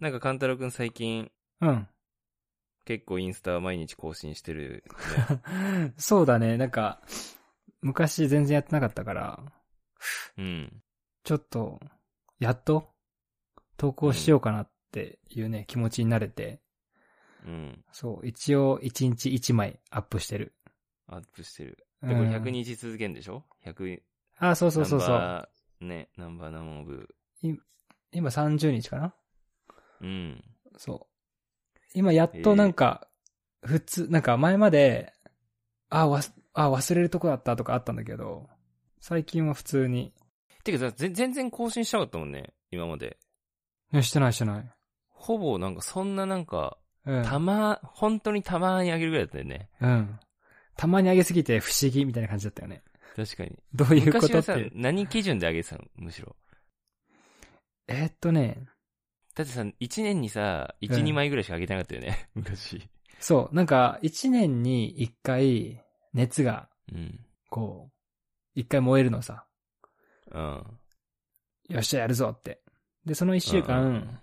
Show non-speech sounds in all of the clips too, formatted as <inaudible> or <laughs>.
なんか、勘太郎くん最近、うん。 <laughs> 結構インスタ毎日更新してる。そうだね。なんか、昔全然やってなかったから、うん。ちょっと、やっと、投稿しようかなっていうね、気持ちになれて、うん。そう、一応1日1枚アップしてる。アップしてる。うで、これん100。日続けんでしょ ?100、あ、そうそうそうそナンう。バーね、ナンバーナモーブ。今30日かなうん。そう。今やっとなんか、普通、なんか前まで、あ、わす、あ、忘れるとこだったとかあったんだけど、最近は普通に、てかさ、ぜ全然更新してなかったもんね、今まで。いや、してないしてない。ほぼなんか、そんななんか、うん。たま、本当にたまにあげるぐらいだったよね。うん。たまに上げすぎて不思議みたいな感じだったよね。確かに。ど <laughs> ういうこ昔とはっさて、。何基準であげてたのむしろ。えーっとね、だってさ、1年にさ、1、うん2枚ぐらいしかあげてなかったよね、 <laughs> 昔。そう、なんか、一年に一回、熱が、うん。こう、一回燃えるのさ、うん。よっしゃ、やるぞって。で、その一週うんうんう間ん、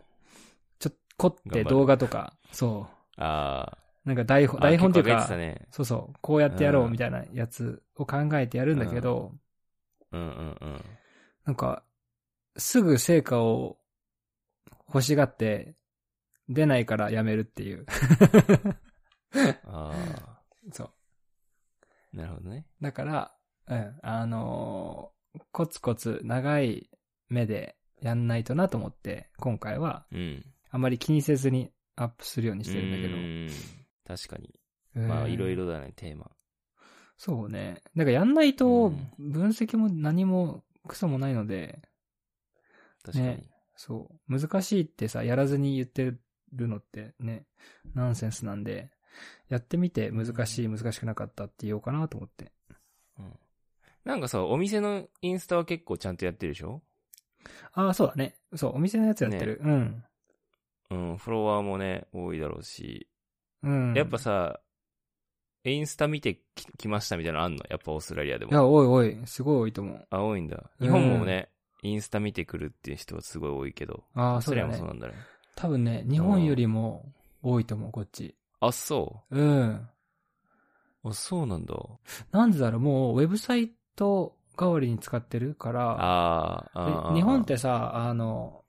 ちょっと凝って動画とか、そあう、なんか台ー本、あ。台本という結構あげてたか、ね。そうそう、こうやってやろうみたいなやつを考えてやるんだけど、うんうんうん。なんか、すぐ成果を欲しがって、出ないからやめるっていう。ああ。そう。なるほどね。だから、うん、あのーコツコツ長い目でやんないとなと思って、今回はうん。あまり気にせずにアップするようにしてるんだけうどーん確かに。。まあ、うんいろい。ろだね、テーマ。そうね。だからやんないとうん、分析も何もクソもないので、確かに。ねそう、難しいってさ、やらずに言ってるのってね、ナンセンスなんで、やってみて難しい、難しくなかったって言おうかなと思って。うん。なんかさ、お店のインスタは結構ちゃんとやってるでしょああ、そうだね。そう、お店のやつやってる。うん。うん、フォロワーもね、多いだろうし。うん。やっぱさ、インスタ見てききましたみたいなのあんのやっぱオーストラリアでいや、も。おいおい、すごい多いと思う。あ、多いんだ。うん日本もね、インスタ見てくるっていう人はすごい多いけど。あオあ、ースそトうラリだアもねそう。なんだね。多分ね、日本よりも多いと思う、こっち。あ、そうん。う。あ、そうなんだ。なんでだろう、もう、ウェブサイト代わりに使ってるから、あーあー。あーで日本ってさ、あの、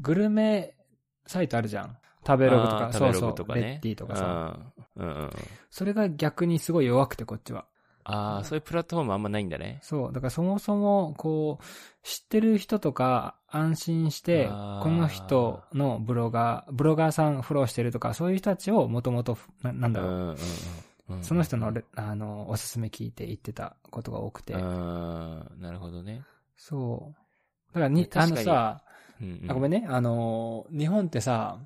グルメサイトあるじゃん。食べログとあか、ーそ食うべロそグとう、かレね。ッティとかさ。うん。うんうんうん。それが逆にすごい弱くて、こっちは。ああ、そういうプラットフォームあんまないんだね。そう。だからそもそも、こう、知ってる人とか安心して、あーこの人のブロガー、ブロガーさんフォローしてるとか、そういう人たちをもともと、ななんだろう、うんうんうんその人のレ、あの、おすすめ聞いて言ってたことが多くてう。んなるほどね。そう。だからに、あ確のかにさ、うんあごめんね。ね、あの、日本ってさ、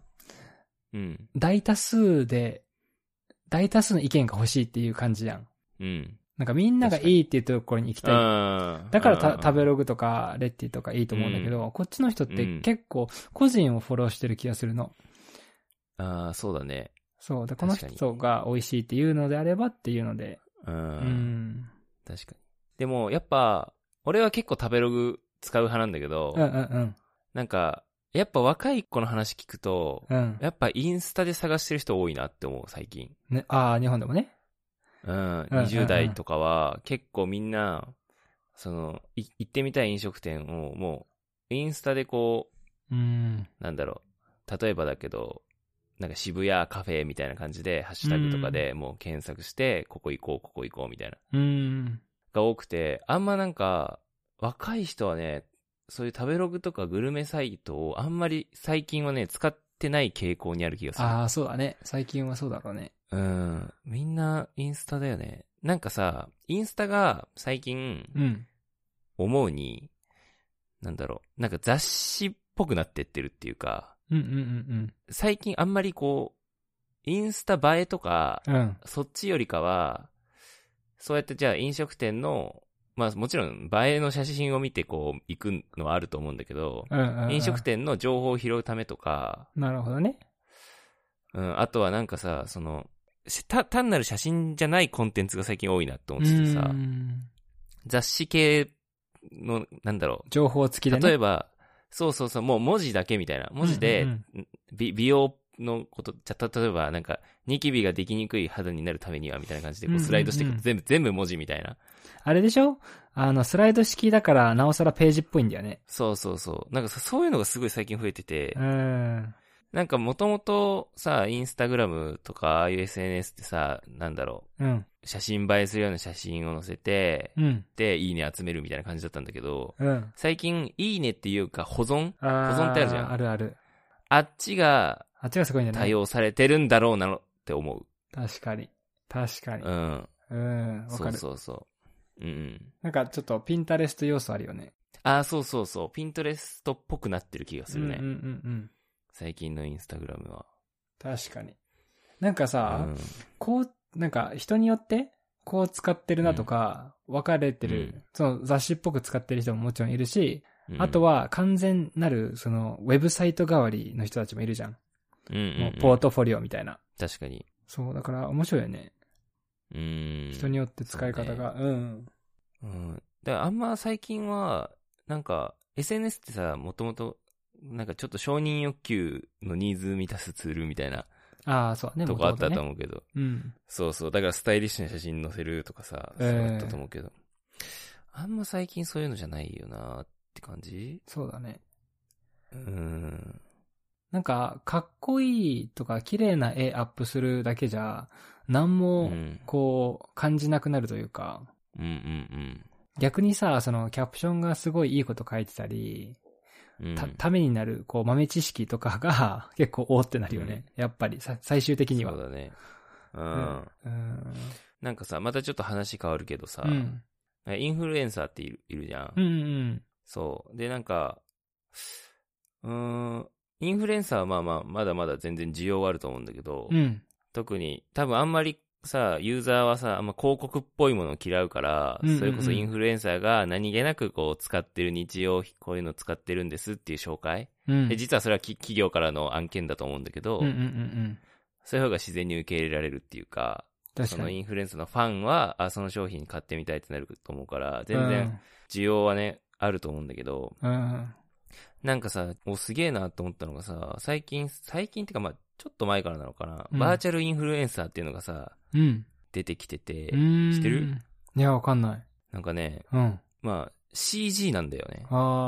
うん。大多数で、大多数の意見が欲しいっていう感じじゃん。うん。なんかみんなが確かにいいっていうところに行きたいっていうかだだからた食べる。ログとかレッティとかいいと思うんだけど、こっちの人っうてん結構個人をフォローしてる気がするの。ああ、そうだね。そう。だからこ確かのに人が美味しいっていうのであればっていうので。う。うんん。確かに。でも、やっぱ、俺は結構食べログ使う派なんだけどうんう、んうん。なんか、やっぱ若い子の話聞くと、うん。やっぱインスタで探してる人多いなって思う、最近。ね、ああ、日本でもね。うん、うん20代とかは結構みんな、その、い行ってみたい飲食店をもう、インスタでこうん。う、なんだろう、例えばだけど、なんか渋谷カフェみたいな感じで、ハッシュタグとかでもう検索して、ここ行こう、ここ行こうみたいな、うん。が多くて、あんまなんか、若い人はね、そういう食べログとかグルメサイトをあんまり最近はね、使ってない傾向にある気がする。ああ、そうだね。最近はそうだろうね。うん。みんなインスタだよね。なんかさ、インスタが最近うん。思うに、なんだろう、なんか雑誌っぽくなってってるっていうか、うんうん最近あんまりこう、インスタ映えとか、うんうん。うん。そっちよりかは、そうやってじゃあ飲食店の、まあもちろん映えの写真を見てこう行くのはあると思うんだけど、うんうんうん。飲食店の情報を拾うためとか、なるほどね。うん、あとはなんかさ、その、した単なる写真じゃないコンテンツが最近多いなって思っうててさ、ん。雑誌系の、なんだろう、情報付きでね。例ええば、そうそうそう、もう文字だけみたいな。文字で、うんうんび美容のこと、じゃ、た例えばなんか、ニキビができにくい肌になるためには、みたいな感じで、こううんうんうんスライドしていくと全部、全部文字みたいな。あれでしょあの、スライド式だから、なおさらページっぽいんだよね。そうそうそう。なんかさそういうのがすごい最近増えてて、うん。なんかもともとさ、インスタグラムとか、ああいう SNS ってさ、なんだろうん。う、写真映えするような写真を載せて、うん。で、いいね集めるみたいな感じだったんだけど、うん。最近、いいねっていうか、保存保存存ってあるじゃんあるある。あっちがあっちがすごいんだ対ね。応されてるんだろうなのって思う。確かに。確かにう。ん。うん。わそかうる。そうそう。うんうん。なんかちょっとピンタレスト要素あるよね。ああ、そうそうそう。ピントレストっぽくなってる気がするね。うんうんうんうん。最近のインスタグラムは。確かに。なんかさ、うんこう、なんか人によって、こう使ってるなとか、分かれてる、うんその雑誌っぽく使ってる人ももちろんいるし、うんあと、は完全なる、その、ウェブサイト代わりの人たちもいるじゃん。うんうんうんもうポートフォリオみたいな。確かに。そう、だから面白いよね。うん。人によって使い方が。うん。うん。だからあんま最近は、なんか、SNS ってさ、もともと、なんかちょっと承認欲求のニーズ満たすツールみたいなああ、そうだね。とこあったとう。思うけど。うん。そうそう。だからスタイリッシュな写真載せるとかさ、えそうえだったと思うけど。あんま最近そういうのじゃないよなって感じそうだね。うん。なんか、かっこいいとか、綺麗な絵アップするだけじゃ、なんうも、ん。こう、感じなくなるというか、うんうん逆にさ、そのキャプションがすごいいいこと書いてたり、うん。た、ためになる、こう、豆知識とかが <laughs> 結構おーってなるよね。やっぱり、さ最終的には。そうだね。う。うんん。うん。なんかさ、またちょっと話変わるけどさ、うん。インフルエンサーっているいるじゃん。うんうん。そう。で、なんか、うーん、インフルエンサーはまあまあ、まだまだ全然需要はあると思うんだけど、うん。特に、多分あんまりさ、ユーザーはさ、あんま広告っぽいものを嫌うから、うんうんうんそれこそインフルエンサーが何気なくこう使ってる日用品、こういうの使ってるんですっていう紹介。うん。で、実はそれはき企業からの案件だと思うんだけど、うんうんうんうん。そういう方が自然に受け入れられるっていうか、確そかのに。インフルエンサーのファンは、あ、その商品買ってみたいってなると思うから、全然需要はね、あると思うんだけど、うん。うん。なんかさ、おすげえなと思ったのがさ、最近、最近ってかまあ、ちょっと前からなのかな、うんバーチャルインフルエンサーっていうのがさ、うん。出てきてて、うん。知ってるいや、わかんない。なんかね、うん。まあ、CG なんだよね。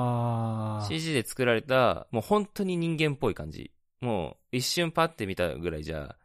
あー。 CG で作られた、もう本当に人間っぽい感じ。もう、一瞬パッて見たぐらいじゃ、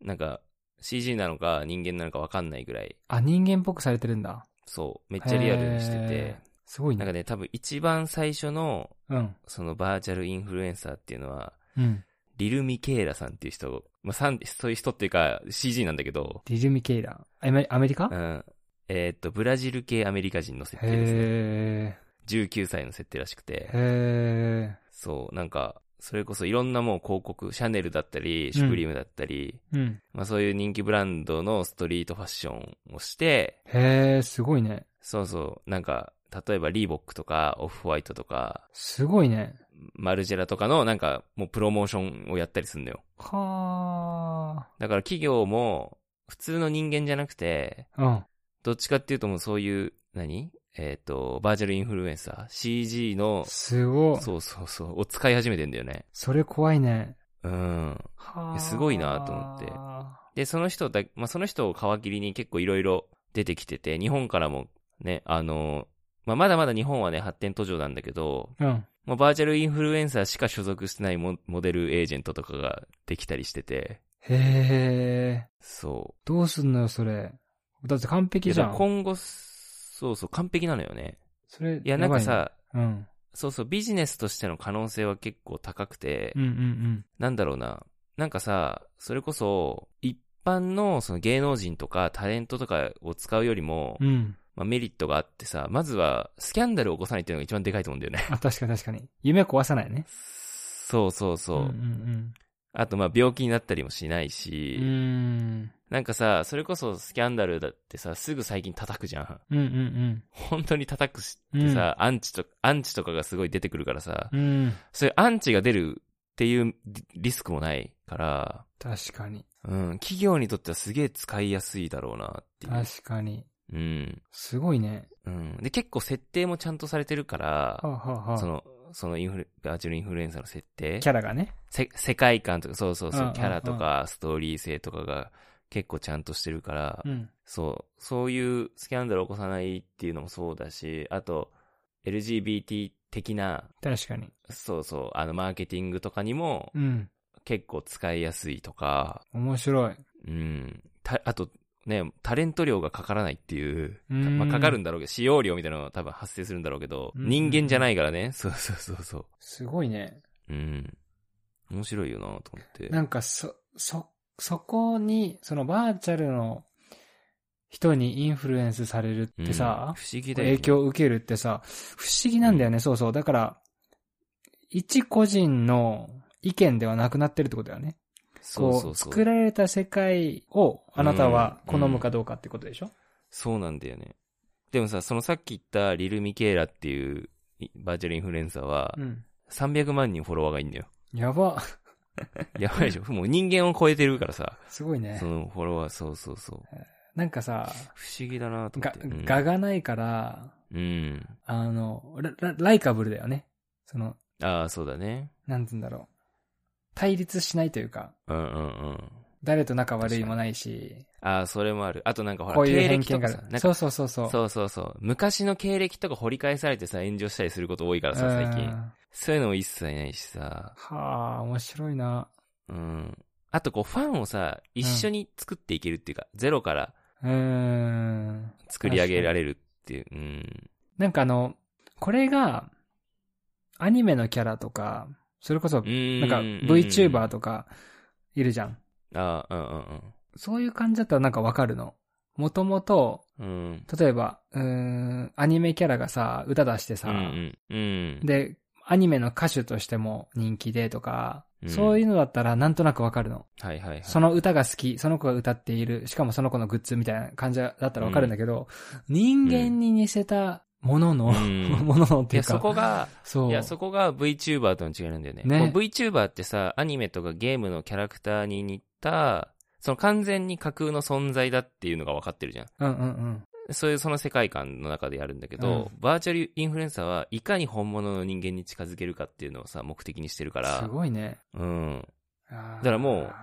なんか、CG なのか人間なのかわかんないぐらい、あ、人間っぽくされてるんだ。そう、めっちゃリアルにしててへ、ー。すごいなんかね。ね、多分一番最初の、うん。そのバーチャルインフルエンサーっていうのは、うん。リル・ミケーラさんっていう人、まあ、さんそういう人っていうか CG なんだけど、ディズミケイラー。アメアメリカうん、えーっと、ブラジル系アメリカ人の設定ですね。へ19歳の設定らしくー。て、へそう、なんか、それこそいろんなもう広告、シャネルだったり、シュプリームだったり、ー。うん。まあそういう人気ブランドのストリートファッションをして、へー、すごいね。そうそう、なんか、例えばリーボックとか、オフホワイトとか、すごいね。マルジェラとかのなんか、もうプロモーションをやったりするんだよ。はだから企業も、普通の人間じゃなくて、ー。うん。どっちかっていうともうそういう、何えっ、と、バーチャルインフルエンサー ?CG の、すごい。そうそうそう、を使い始めてんだよね。それ怖いね。うん。やはー。すごいなと思ってで、その人だ、まあ、その人を皮切りに結構いろいろ出てきてて、日本からもね、あの、まあ、まだまだ日本はね、発展途上なんだけど、うん。もうバーチャルインフルエンサーしか所属してないモモデルエージェントとかができたりしてて、へー。そどうすんのよ、それ。だって完う。璧じゃいやだからん。今後、そうそう、完璧なのよね。それ、いや、なんかさ、ばいね、そうそう、ビジネスとしての可能性は結構高くて、うん。うんうんなんだろうな。なんかさ、それこそ、一般のその芸能人とかタレントとかを使うよりも、うん。うん。まあ、メリットがあってさ、まずはスキャンダルを起こさないっていうのが一番でかいと思うんだよ <laughs> ね。あ、確かに確かに。夢壊さないね。そうそうそう。うんうんあとまあ病気になったりもしないうん。し、うーん。なんかさ、それこそスキャンダルだってさ、すぐ最近叩くじゃん。うんうん本当に叩くしってさ、アンチと、アンチとかがすごい出てくるからさ、うん。うん。そういうアンチが出るっていうリリスクもないから、確かに。うん、企業にとってはすげえ使いやすいだろうなっていう。確かに。うん。すごいね。うん。で、結構設定もちゃんとされてるからはあ、はあはあ。その、そのインフル、バーチャルインフルエンサーの設定キャラがね。せ世界観とか、そうそううんそうんうう、んキャラとか、ストーリー性とかが結構ちゃんとしてるから、うん。そう、そういうスキャンダルを起こさないっていうのもそうだし、あと、LGBT 的な、確かに。そうそう、あの、マーケティングとかにもうん。結構使いやすいとか、面白い。うん、たあと、ね、タレント料がかからないっていう、うんまあ、かかるんだろうけど、使用料みたいなのは多分発生するんだろうけど、うん人間じゃないからね、そうそうそうそすごいね。う。うん。面白いよなと思って。なんかそ、そ、そこに、そのバーチャルの人にインフルエンスされるうっんてさ、不思議だよね影響を受けるってさ、不思議なんだよね、そうそう。だから、一個人の意見ではなくなってるってことだよね。そうそこうう、そう作られた世界をあなたは好むかどうかってことでしょそうなんだよね。でもさ、そのさっき言ったリル・ミケーラっていういバーチャルインフルエンサーはう、ん。 300万人フォロワーがいいんだよ。やば。やばいでしょもう人間を超えてるからさ、すごいねそ。のフォロワー、そうそうそう。なんかさ、不思議だなと思がって。うん、画がないから、うん。あの、ララライカブルだよね。その、ああ、そうだね。なんつうんだろう。対立しないというか、うんうんうん。誰と仲悪いもないし、ああ、それもある。あとなんかほら、こういう経偏歴と見がかあさ、るなんそかうそうそうそう。そうそうそう。昔の経歴とか掘り返されてさ、炎上したりすること多いからさ、最う近。んそういうのも一切ないしさ。はあ、面白いな。うん。あとこう、ファンをさ、一緒に作っていけるっていうか、ゼロからうーん。作り上げられるっていう。うん。なんかあの、これが、アニメのキャラとか、それこそ、なんなんか VTuber とか、いるじゃん。か。あーそういう感じだったらなんかわかるの。もともと、うんうんうん。うん。例えば、うーん、アニメキャラがさ、歌出してさ、うんうんうん。で、アニメの歌手としても人気でとか、うんそういうのだったらなんとなくわかるの。はいはいはい。その歌が好き、その子が歌っている、しかもその子のグッズみたいな感じだったらわかるんだけど、人間に似せたものの、うん <laughs> もののっていや、いうか、そこが、そう。いや、そこが VTuber との違いなんだよね。ねこう VTuber ってさ、アニメとかゲームのキャラクターに似た、その完全に架空の存在だっていうのが分かってるじゃん。うんうんうん。そういうその世界観の中でやるんだけど、バーチャルインフルエンサーはいかに本物の人間に近づけるかっていうのをさ、目的にしてるから。すごいね。うん。だだからもう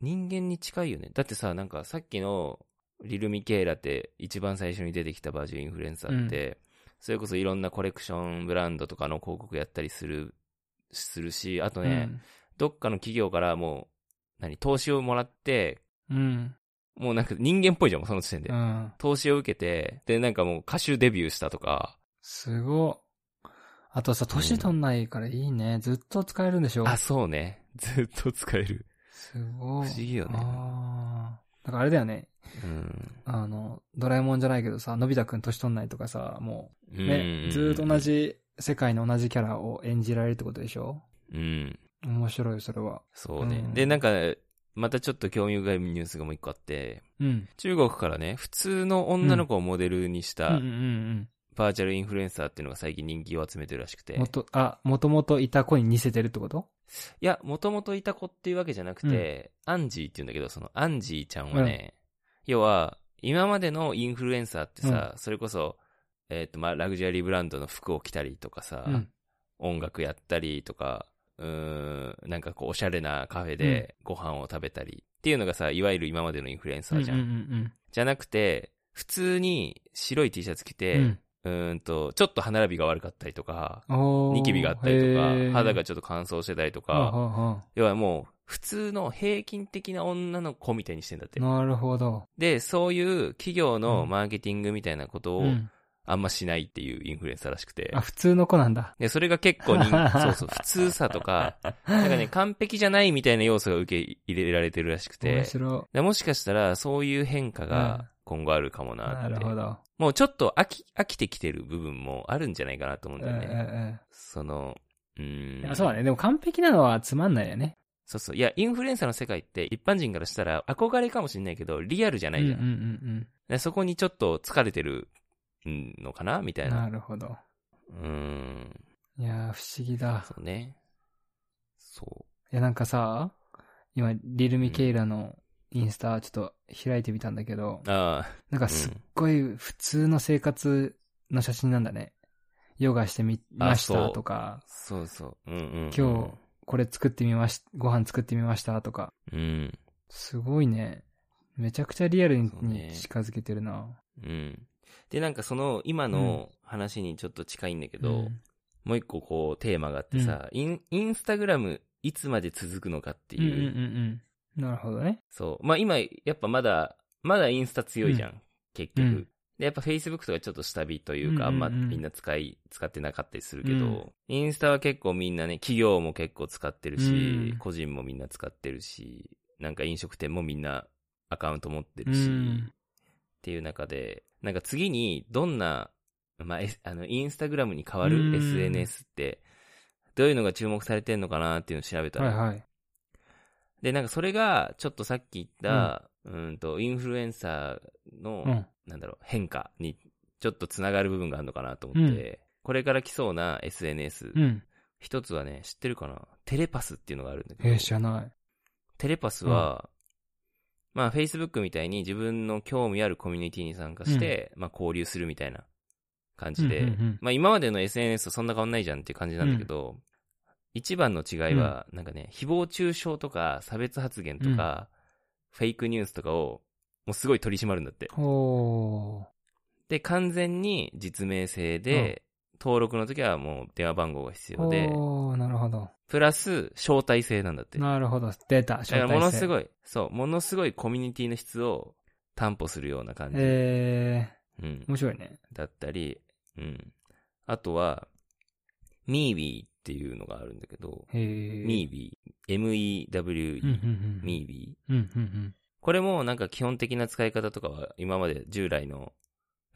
人間に近いよね。だってさ、なんかさっきのリル・ミケーラって一番最初に出てきたバージュインフルエンサーって、それこそいろんなコレクションブランドとかの広告やったりする、するし、あとね、どっかの企業からもう、何、投資をもらって、うん。うん。もうなんか人間っぽいじゃん、その時点で。うん。投資を受けて、で、なんかもう歌手デビューしたとか。すごい。あとさ、年取んないからいいね。ずっと使えるんでしょあ、そうね。ずっと使える。すご不い。思議よねあーだからあれだよね。うん。あの、ドラえもんじゃないけどさ、のび太くん年取んないとかさ、もううねん、ずーっと同。じ世界の同じキャラを演じられるってことでしょうん。面白い、それは。そうね。うんで、なんか、またちょっと興味深いニュースがもう一個あって、うん。中国からね、普通の女の子をモデルにしうんうたんうんバーチャルインフルエンサーっていうのが最近人気を集めてるらしくて、うん。もいと、あ、もともといた子に似せてるってことや、もともといた子っていうわけじゃなくて、アンジーっていうんだけど、そのアンジーちゃんはね、要は、今までのインフルエンサーってさ、それこそ、えっ、と、まあ、ラグジュアリーブランドの服を着たりとかさ、うん。音楽やったりとか、うーん、なんかこう、おしゃれなカフェでご飯を食べたりっていうのがさ、いわゆる今までのインフルエンサーじゃんうんうんじゃなくて、普通に白い T シャツ着う。て、うんーんと、ちょっと歯並びが悪かったりとか、うん。おーニキビがあったりとへーか、肌がちょっと乾燥してたりとはあか、は要はもう、普通の平均的な女の子みたいにしてんだってあ。はあなるほど。で、そういう企業うのんマーケティングみたいなことうをん。あんましないっていうインフルエンサーらしくてあ、。普通の子なんだ。で、それが結 <laughs> 構人そうそう、普通さとか、なんかね、完璧じゃないみたいな要素が受け入れられてるらしく面て、白でもしかしたらそういう変化うんが今後あるかもい。ななってるほど。もうちょっと飽き、飽きてきてる部分もあるんじゃないかなと思うんだよね。えその、うえええーん。いやそうだね。でも完璧なのはつまんないよね。そうそう。いや、インフルエンサーの世界って一般人からしたら憧れかもしれないけど、リアルじゃないじゃん。うんうんうんでそこにちょっと疲れてるうんのかなみたうん。いな。なるほど。うーん。いやー、不思議だそ。うね。そいや、なんかさ、今、リルミケイラのインスタちょっと開いてみたんだけど、う。あなんかすっごい普通の生活の写真なんだね。ヨガしてみあましそたうとか、そうそう。うんうん、うん。今日これ作ってみまし、ご飯作ってみましたとか、日。うん。すごいね。めちゃくちゃリアルにそうね近づけてるな。うん。で、なんかその、今の話にちょっと近いんだけけど、もう一個こう、テーマがあってさ、イン、インスタグラム、いつまで続くのかってうんういんうう。んうん。なるほどね。そう。まあ今、やっぱまだ、まだインスタ強いじゃん。結局。うんで、やっぱ Facebook とかちょっと下火というか、うんうんうんあんまみんな使い、使ってなかったりするけど、うんインスタは結構みんなね、企業も結構使ってるし、うん個人もみんな使ってるし、なんか飲食店もみんなアカウント持ってうるし、ん。っていう中で、なんか次にどんな、まあ、S- あの、インスタグラムに変わうるん SNS って、どういうのが注目されてんのかなっていうのを調べたはいら、はい。で、なんかそれが、ちょっとさっき言った、うん、と、インフルエンサーの、うん。なんだろう、変化に、ちょっとつながる部分があるのかなと思って、これから来そうな SNS、うん。一つはね、知ってるかなテレパスっていうのがあるんだけど、えー、知らない。テレパスは、まあ、Facebook みたいに自分の興味あるコミュニティに参加して、まあ、交流するみたいな感じで、うんうんうんまあ、今までの SNS とそんな変わんないじゃんっていう感じなんだけど、一番の違いは、なんかね、誹謗中傷とか、差別発言とか、フェイクニュースとかを、もうすごい取り締まるんだって。おー。で、完全に実名制で、登録の時はもう電話番号が必要で、おー、なるほど。プラス招待制なんだって。なるほど。出た。だからものすい。ごい、そう、ものすごいコミュニティの質を担保するような感じ。えうんー、。面白いね。だったり、うん。あとは、ミービーっていうのがあるんだけど、えー。ミービー、M-E-W-E、うんうんうん。ミービー。うんうんうん。これもなんか基本的な使い方とかは今まで従来の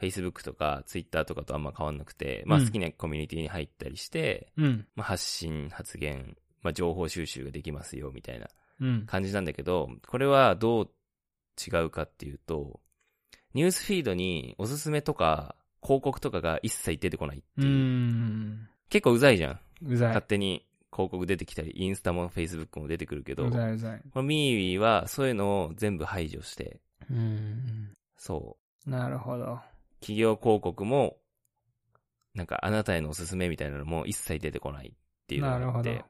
Facebook とか Twitter とかとあんま変わんなくて、まあうん好きなコミュニティに入ったりして、うん。まあ発信、発言、まあ情報収集ができますよみたいなうん。感じなんだけど、これはどう違うかっていうと、ニュースフィードにおすすめとか広告とかが一切出てこないってういう。ん。結構うざいじゃん。うざい勝。手に広告出てきたり、インスタもフェイスブックも出てくるけど、うこざいうざい。のミーウィーはそういうのを全部排除して、うん。そう。なるほど。企業広告も、なんかあなたへのおすすめみたいなのも一切出てこないっていうのなるがあほっどて。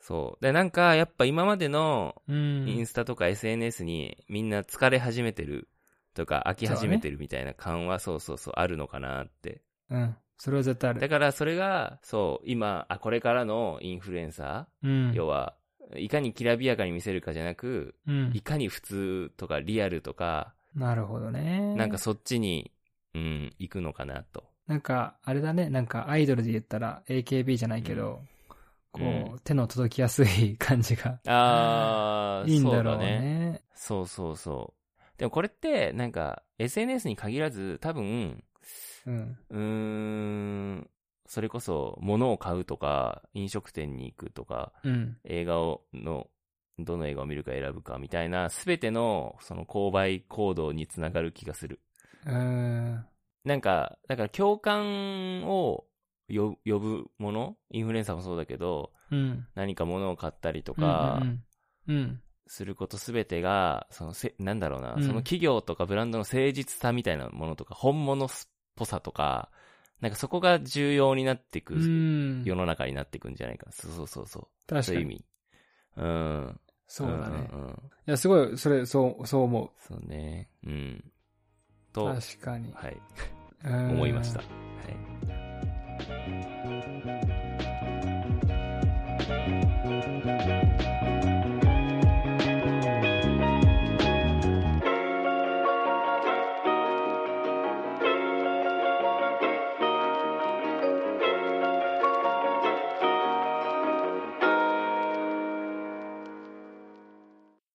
そう。で、なんかやっぱ今までのうインん。スタとか SNS にみんな疲れ始めてるとか飽き始めてるみたいな感はそうそうそうあるのかなって。うん。それは絶対あだる。からそれが、そう、今、あ、これからのインフルエンサうんー、。要は、いかにきらびやかに見せるかじゃなく、うんい。かに普通とかリアルとか、なるほどね。なんかそっちに、うん、行くのかなと。なんか、あれだね、なんかアイドルで言ったら AKB じゃないけど、うこんう、手の届きやすい感じがあー、いいんそだうろうだね。ね。そうそうそう。でもこれって、なんか、SNS に限らず、多分、うん。うーん、それこそ物を買うとか、飲食店に行くとか、うん。映画をの、どの映画を見るか選ぶかみたいな、すべてのその購買行動につながる気がする。うーん。なんか、だから共感をよ呼ぶものインフルエンサーもそうだけど、うん。何か物を買ったりとかう、んうんうん。することすべてが、そのせ、なんだろうな、うんその企業とかブランドの誠実さみたいなものとか、本物っぽさとか、なんかそこが重要になってくうん。うん世の中になっていくんじゃないか。そうそうそうそう。確そかういう意に。味。うん。そうだね。うんうんうんいや、すごい、それ、そう、そう思そうね。うん。う。と、は確かに。い。思思いました。はい。